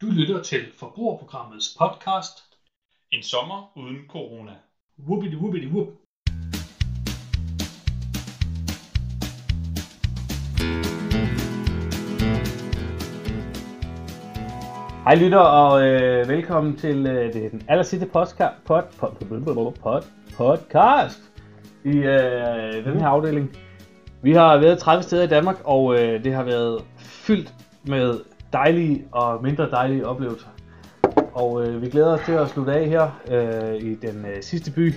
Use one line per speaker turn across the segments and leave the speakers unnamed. lytter til Forbrugerprogrammets podcast
En sommer uden corona.
Whoopity Whoopity Whoop.
Hej lytter, og øh, velkommen til øh, det er den aller sidste podcast, pod, pod, pod, pod, podcast i øh, den her afdeling. Vi har været 30 steder i Danmark, og øh, det har været fyldt med dejlige og mindre dejlige oplevelser. Og øh, vi glæder os til at slutte af her øh, i den øh, sidste by.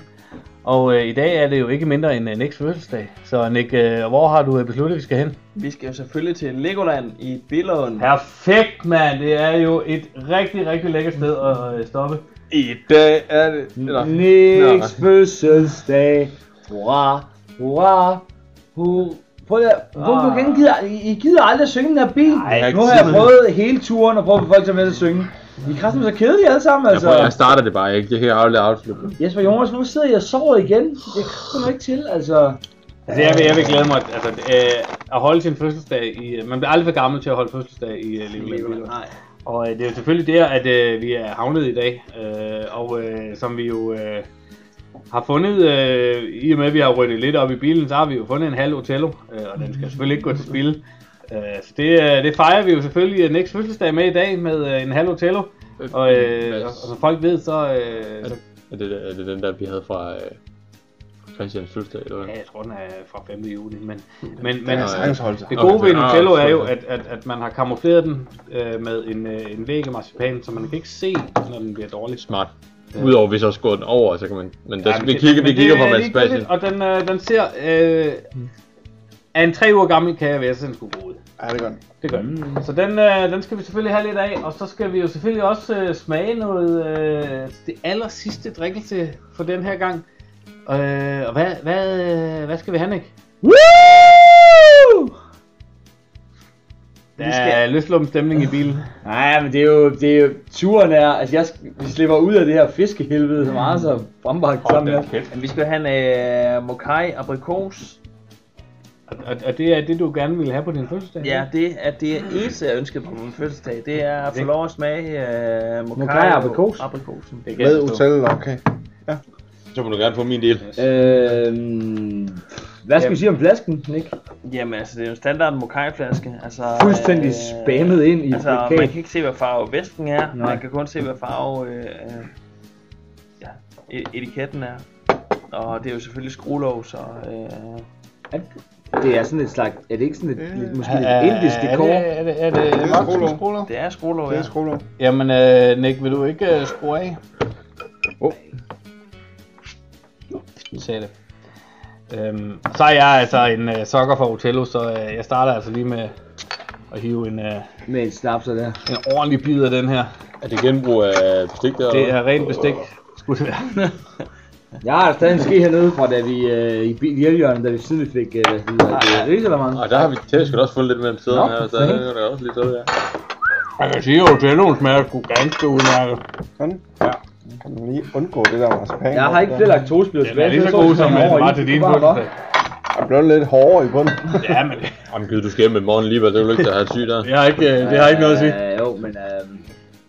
Og øh, i dag er det jo ikke mindre end øh, Nicks fødselsdag. Så Nick, øh, hvor har du øh, besluttet, vi skal hen?
Vi skal jo selvfølgelig til Legoland i Billund.
Perfekt, mand! Det er jo et rigtig, rigtig lækkert sted at øh, stoppe.
I dag er det... Nå.
Niks
Nå.
fødselsdag.
Hurra, hurra, hurra. Prøv lige at... Hvorfor
Ah.
ah. gider, I, I gider aldrig at synge den her bil?
Nej,
nu har jeg prøvet hele turen at prøve at få folk til at være med til at synge. I er kraftigt så kedelige alle sammen,
Jeg,
altså.
prøver, jeg starter det bare ikke. Det kan jeg aldrig afslutte.
Jesper Jonas, hvorfor sidder I og sover igen? Det kommer ikke til, altså.
Altså, jeg vil, jeg vil glæde mig altså, øh, at holde sin fødselsdag i... øh, Man bliver aldrig for gammel til at holde fødselsdag i øh, livet.
Nej.
Og øh, det er jo selvfølgelig der, at øh, vi er havnet i dag. Øh, og øh, som vi jo øh, har fundet... Øh, I og med, at vi har ryddet lidt op i bilen, så har vi jo fundet en halv Otello. Øh, og den skal selvfølgelig ikke gå til spil. Øh, så det, øh, det fejrer vi jo selvfølgelig øh, Niks fødselsdag med i dag med øh, en halv Otello. Og, øh, og, og som folk ved, så... Øh, så
er, det, er det den der, vi havde fra øh, Christians fødselsdag? Eller hvad?
Ja, jeg tror, den er fra 5. juli, men, men, men
er
altså,
sagtens
holde sig.
det gode
Okay,
ved
så-
Nutello
ah,
er jo,
så-
at, at, at man har kamufleret den øh, med en, øh, en væg af marcipan, så man kan ikke se, når den bliver dårlig.
Smart. Udover hvis jeg skår den over, så kan man...
Ja,
Men der,
men
Altså, vi
det-
kigger,
men
vi
det
kigger
er
på Mads
ligegyldigt,
Bastian.
Og den, øh, den ser... Øh, af en tre uger gammel kan jeg være, så den skulle gå ud.
Ja, det gør den.
Det gør den.
Mm.
Så den, øh, den skal vi selvfølgelig have lidt af, og så skal vi jo selvfølgelig også øh, smage noget øh, det aller sidste drikkelse for den her gang. Øh, og hvad, hvad, øh, hvad skal vi have, Nick?
Woo!
Der skal... er løslum stemning i bilen.
Nej, men det er jo, det er jo turen er, altså jeg, skal- vi slipper ud af det her fiskehelvede så meget, så Brambak sammen med.
Men vi skal have en øh, mokai aprikos.
Og, og, og det er det, du gerne ville have på din fødselsdag?
Ja, det er det eneste, jeg ønskede på min fødselsdag. Det er at få
Det-
lov at smage øh, mokai,
Mokai aprikos?
aprikosen.
det
Med
jeg forstå.
hotel, okay.
Så må du gerne få min del.
Øhm, hvad skal vi sige om flasken, Nick?
Jamen altså, det er jo en standard mokai-flaske. Altså,
Fuldstændig
øh,
spammet ind i
Altså,
et
man
kage.
kan ikke se, hvad farve væsken er.
Nej.
Man kan kun se, hvad farve øh, øh, ja, e- etiketten er. Og det er jo selvfølgelig skruelås og... Øh,
Det er sådan et slags, er det ikke sådan et, lidt, måske lidt indisk
Er
dekor?
det, er det, er det,
Det er skolo.
det er skruelåg,
Det
ja.
er skolo.
Jamen, øh, Nick, vil du ikke øh, skrue af?
Åh.
Sagde det. Øhm, så er jeg altså en øh, sokker for Otello, så øh, jeg starter altså lige med at hive en, øh,
Med en snapser der.
en ordentlig bid af den her.
Er det genbrug af bestik der?
Det er rent bestik, skulle det være.
Jeg har stadig en ske hernede fra, da vi øh, i bil- hjælpjørnet, da vi siden vi fik øh, hvad hedder det, risalamande.
Og Ah, der har vi tæt, skulle også fundet lidt mellem siderne
Nå,
her, så
for
der er der også lidt sådan der.
Jeg kan sige, at Otelloen smager sgu ganske udmærket.
Sådan. Ja. Kan man lige undgå det der marcipan?
Jeg har ikke flere laktosebiller
Den er lige så god som øh, den var til din fødselsdag.
Jeg blev lidt hårdere i bunden.
Ja, men det-
Jamen givet, du skal hjem i morgen alligevel, det er jo ikke, der har syg der.
det har ikke, øh, det har ikke noget at sige.
Øh, jo, men øh,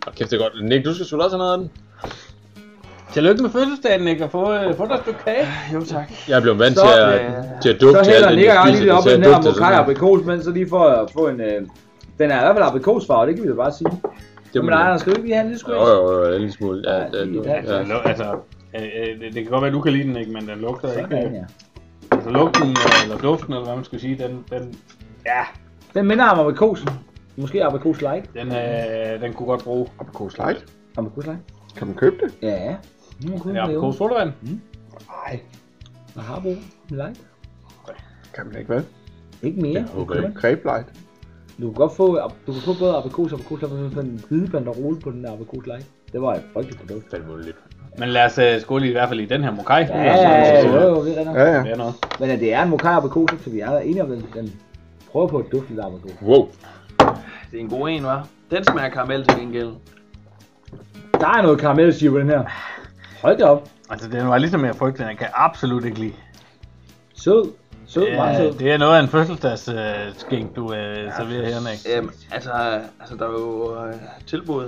Og kæft, det er godt. Nick, du skal skulle også have noget af den.
Tillykke med fødselsdagen, Nick, og få, øh, få dig et stykke kage.
Jo tak.
Jeg er blevet vant
Så,
til at,
øh,
til at dufte
så
til
hælder
alt
den
det,
ikke
jeg
engang
spiser.
lige op
Det
i
er
den
til at
her
altså.
dufte af sådan
mokai aprikos, men så lige for at få en... Øh, den er i hvert fald aprikosfarve, det kan vi jo bare sige.
Det
Men
må
nej,
man-
der skal vi ikke lige have en lille skål.
Jo, jo, jo, en lille smule. Ja,
Ja,
det,
lige
ja.
der.
Altså, lo- altså øh, øh, det, det kan godt være, at du kan lide den, ikke, men den lugter ikke.
Sådan,
Øh,
ja.
altså, lugten, øh, eller duften, eller hvad man skal sige, den, den, ja,
Den minder om aprikosen. Måske aprikos like.
den, øh, den kunne godt bruge.
Aprikos light.
Aprikos like?
Kan man købe det?
Ja. Nu kunne
Ja, god sodavand.
Nej.
Jeg har brug. Like.
Kan man ikke, vel?
Ikke mere.
Jeg håber ikke.
Crepe light.
Du kan godt få, du kan få både aprikos og aprikos, og sådan en hvide banderole på den der aprikos like. Det var et frygteligt produkt.
Fandme underligt.
Men lad os øh, skåle i hvert fald i den her mokai.
Ja, ja, jo, jo, det er
Ja,
nok.
ja.
øh, Det er noget.
Men at det er en mokai aprikos, så vi er enige om, at den prøver på at dufte lidt af aprikos.
Wow.
Det er en god en, hva'? Den smager karamel til gengæld.
Der er noget karamelsiv på den her. Hold da op.
Altså, den var ligesom jeg frygtede, den kan jeg absolut ikke lide.
Sød. Sød, meget sød.
Øh, det er noget af en fødselsdagsskænk, øh, skænk, du øh, serverer her, Nick.
Øhm, altså, altså, der er jo øh, tilbud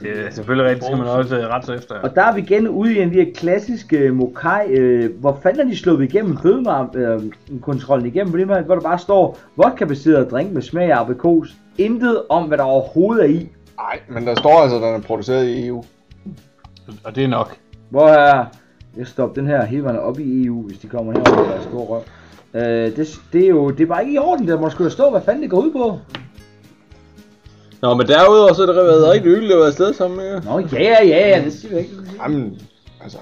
Det er selvfølgelig rigtigt, skal man også øh, rette sig efter.
Og der er vi igen ude i en af de her klassiske øh, mokai. Øh, hvor fanden er de sluppet igennem fødevarekontrollen igennem? Fordi man, hvor der bare står vodka-baseret drink med smag af aprikos. Intet om, hvad der overhovedet er i.
Nej, men der står altså, at den er produceret i EU.
Og det er nok.
Hvor er... Jeg stopper den her hele vejen op i EU, hvis de kommer her og er stor røv. Øh, det, det, er jo det er bare ikke i orden, der må skulle stå, hvad fanden det går ud på.
Nå, men derudover så er det været rigtig hyggeligt at være afsted sammen med jer.
Nå, ja, ja, ja, det siger jeg ikke.
Jamen, altså,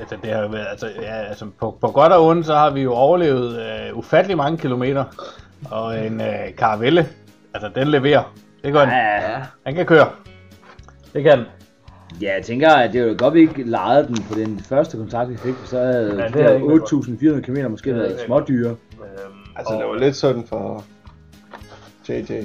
Altså, det har jo været, altså, ja, altså på, på godt og ondt, så har vi jo overlevet øh, ufattelig mange kilometer. Og en øh, karavelle, altså den leverer. Det gør den.
Ja,
Han kan køre. Det kan den.
ja, jeg tænker, at det var godt, vi ikke lejede den på den første kontakt, vi fik, for så havde
Ja,
ja,
det havde ikke været
8.400 km måske været smådyre.
Øhm,
altså
og-
det var lidt sådan for JJ.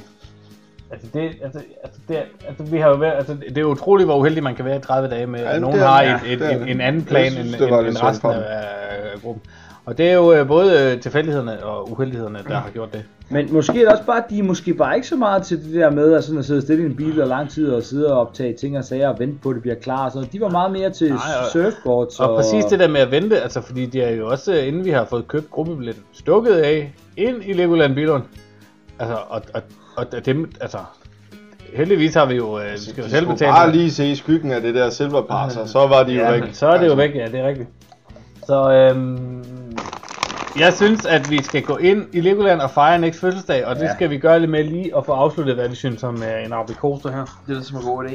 Altså det, altså, altså det, altså vi har jo været, altså det er utroligt, hvor uheldig man kan være i 30 dage med, at
Jamen,
nogen
det er-
har
ja,
et, et,
det er
en,
det.
en anden plan
Jeg
synes,
synes,
end,
det var
end,
lidt
end resten
synd for
af øh, gruppen. Og det er jo øh, både øh, tilfældighederne og uheldighederne, der har gjort det.
Men måske er det også bare, at de er måske bare ikke så meget til det der med at, sådan at sidde stille i en bil og lang tid og sidde og optage ting og sager og vente på, at det bliver klar. Så de var meget mere til
Nej, og-
surfboards
Og præcis det der med at vente, altså fordi de er jo også, øh, inden vi har fået købt gruppebilletten, stukket af ind i Legoland Billund. Altså, og, og, og, og dem, altså, heldigvis har vi jo, øh, vi
Altså, De
skal jo selv
skulle
betale.
bare lige se i skyggen af det der silverpass, og så var de jo
Ja,
væk. Altså,
men så er det jo væk, ja, det er rigtigt. Så øhm, jeg synes, at vi skal gå ind i Legoland og fejre Niks fødselsdag, og det
Ja.
skal vi gøre lidt med lige at få afsluttet, hvad vi synes om øh, en aprikose her.
Det er som en god idé.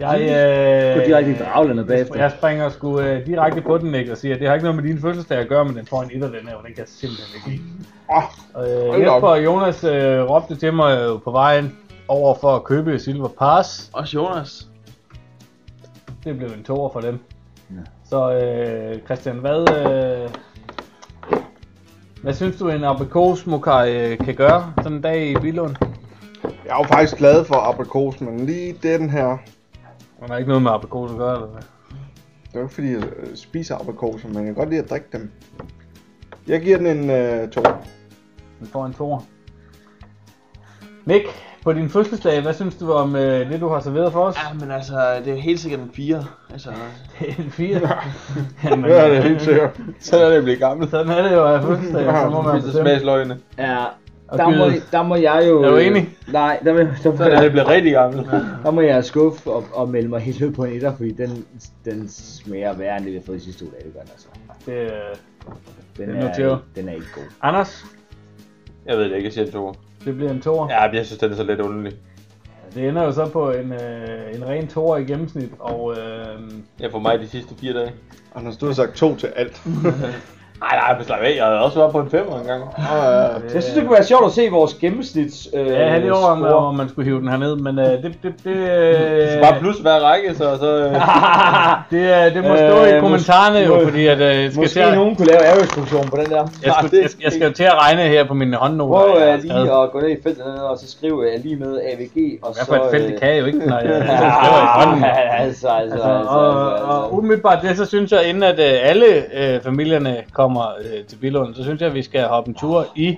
Jeg,
Gå
øh,
Mm. direkte i draglandet bagefter.
jeg springer sgu øh, direkte på den, ikke, og siger, at det har ikke noget med din fødselsdag at gøre, men den får en etter, den her, og den kan jeg simpelthen ikke lide.
Åh,
Og, øh,
hold da op.
Jesper og Jonas øh, råbte til mig øh, på vejen over for at købe Silver Pass.
Også Jonas.
Det blev en toer for dem. Så øh, Christian, hvad, øh, hvad synes du, en aprikos mokai øh, kan gøre sådan en dag i Billund?
Jeg er jo faktisk glad for aprikos, men lige den her,
Man har ikke noget med aprikos at gøre, eller hvad?
Det er jo ikke fordi, jeg øh, spiser aprikoser, men jeg kan godt lide at drikke dem. Jeg giver den en øh, to.
Den får en toer. Nick, på din fødselsdag, hvad synes du om øh, det, du har serveret for os?
Ja, men altså, det er jo helt sikkert en fire. Altså,
Det er en fire. Jamen, øh,
Det er det helt sikkert.
Så er det at blive gammel.
sådan er det jo af fødselsdag, så må man bestemme.
smagsløgene.
Ja,
Og
der må,
gyde.
der må jeg jo...
Er du enig?
Nej, der, må, der,
Så er det
der,
at blive rigtig gammel.
der må jeg skuffe og, og melde mig helt ud på en etter, fordi den, den smager værre end det, vi har fået de sidste to dage, det gør den altså.
Det, øh,
Den
Det noterer.
er, den er ikke god.
Anders,
Jeg ved det ikke, jeg siger en toer.
det bliver en toer.
Ja, men jeg synes, den er så lidt underlig.
Det ender jo så på en, øh, en ren toer i gennemsnit, og øh,
Jeg får mig de sidste fire dage.
Anders, du har sagt to til alt.
Nej, nej, men slap af. Jeg havde også været på en femmer engang.
Og, øh,
Jeg synes, det kunne være sjovt at se vores gennemsnits... Øh,
Ja, jeg havde lige over, om, om man skulle hive den herned, men øh, det, det, det, øh,
Så bare plus hver række, så... så øh,
det, øh, det må stå i
Øh,
kommentarerne
mås-
jo,
må-
fordi at, øh, jeg, skal til
Måske
at,
nogen kunne lave aerostruktion på den der.
jeg, skulle, jeg, jeg skal jo til at regne her på mine håndnoter.
Prøv
jeg har
øh,
skrevet.
lige at gå ned i feltet dernede, og så skrive øh, lige med AVG, og
Hvad
så... øh,
for et felt, det kan jeg jo ikke, når jeg
Ja,
jeg skriver i hånden.
altså, altså, altså,
Altså, og, og
altså,
umiddelbart det, så synes jeg, inden at øh, alle øh, familierne kommer øh, til Billund, så synes jeg, at vi skal hoppe en tur i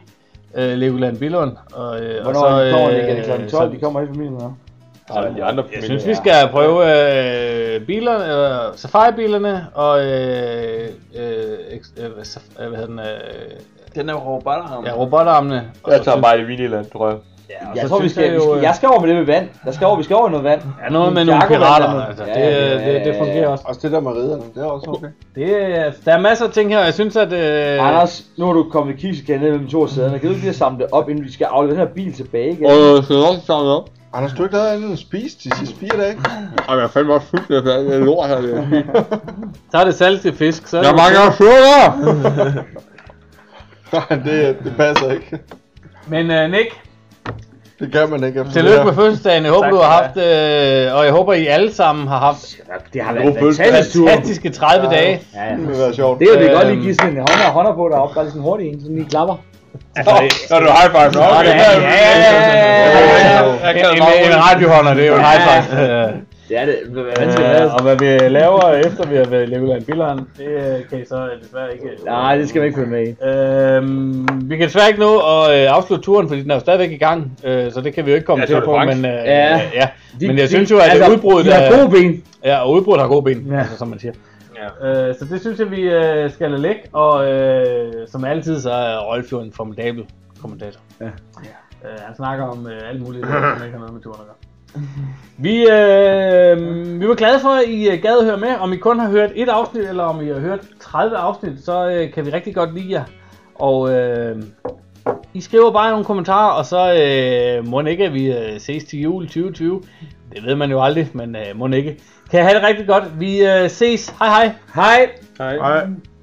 øh, Legoland Billund. Og, øh, og
Hvornår
så,
de kommer, Nick? Er det klokken 12,
så-
de kommer i familien her?
så de andre
Jeg
familier.
synes, vi skal prøve øh, bilerne, øh, safari-bilerne og øh, øh, eks- øh, hvad saf- øh, hvad hedder den, øh,
den er jo robotarm.
ja, robotarmene. Og
Jeg
så
tager
synes-
bare det Viniland, tror jeg.
Ja, og
Jeg
så
tror, vi
synes
skal, vi skal,
øh,
jeg skal over med det med vand. Der skal over, vi skal over i noget vand.
Ja, noget med nogle
Jakob er
pirater,
blandt
altså.
andet.
Det,
Ja, ja,
det,
ja,
det
ja,
fungerer
ja.
også.
også det der med ridderne, det er også okay.
Det, er- der er masser af ting her, og jeg synes, at... Øh,
Anders, nu er du kommet i kisekænden mellem to af sæderne. Kan du ikke lige samle det op, inden vi skal aflevere den her bil tilbage igen?
Åh, skal jeg også samle op?
Anders, du har ikke lavet andet end at spise de sidste fire dage.
Ej, jeg fandt mig fyldt med det lort her.
så er det saltet fisk, så er det...
Jeg mangler sukker!
Nej, det, det passer ikke.
Men øh, Nick,
Det kan man ikke efter
tillykke med
det her.
fødselsdagen. Jeg håber,
Tak
du har
skal
haft... Øh, og jeg håber, I alle sammen har haft
Det har
været en fantastisk
tur.
fantastiske 30 dage.
Ja, ja.
Det vil være sjovt.
Det er jo det er godt lige
Øhm.
give sådan en hånd og hånder på deroppe, bare lige sådan hurtigt en, sådan lige klapper.
Så er du high five. Nå,
Ja, ja, ja, ja, ja, ja.
Jeg kan
En,
bare
en, en radiohånder, det er jo en high five. Øh,
Det er det. Hvad
Øh,
skal det være?
og hvad vi laver efter vi har været i Legoland Billeren, det øh, kan I så øh, desværre ikke... øh,
Nej, det skal man ikke følge med i.
Øhm, vi kan desværre ikke nå at øh, afslutte turen, fordi den er jo stadigvæk i gang, øh, så det kan vi jo ikke komme
Ja,
til
så
at
er det
på,
Frank.
men, øh,
Ja.
ja. men jeg synes jo, at altså, udbruddet
de har
er,
gode ben.
ja, og udbruddet har gode ben, ja.
Ja.
altså, som man siger. Ja. Øh, så det synes jeg, vi øh, skal lade lægge, og øh, som altid, så er Rolf jo en formidabel kommentator.
Ja.
Øh, han snakker om øh, alt muligt, som ikke har noget med turen at gøre. Vi, øh, vi var glade for, at I øh, gad at høre med. Om I kun har hørt et afsnit, eller om I har hørt 30 afsnit, så øh, kan vi rigtig godt lide jer. Og øh, I skriver bare nogle kommentarer, og så øh, må den ikke, at vi øh, ses til jul 2020. Det ved man jo aldrig, men øh, må den ikke. Kan I have det rigtig godt. Vi øh, ses. Hej hej.
Hej.
Hej.
Ej.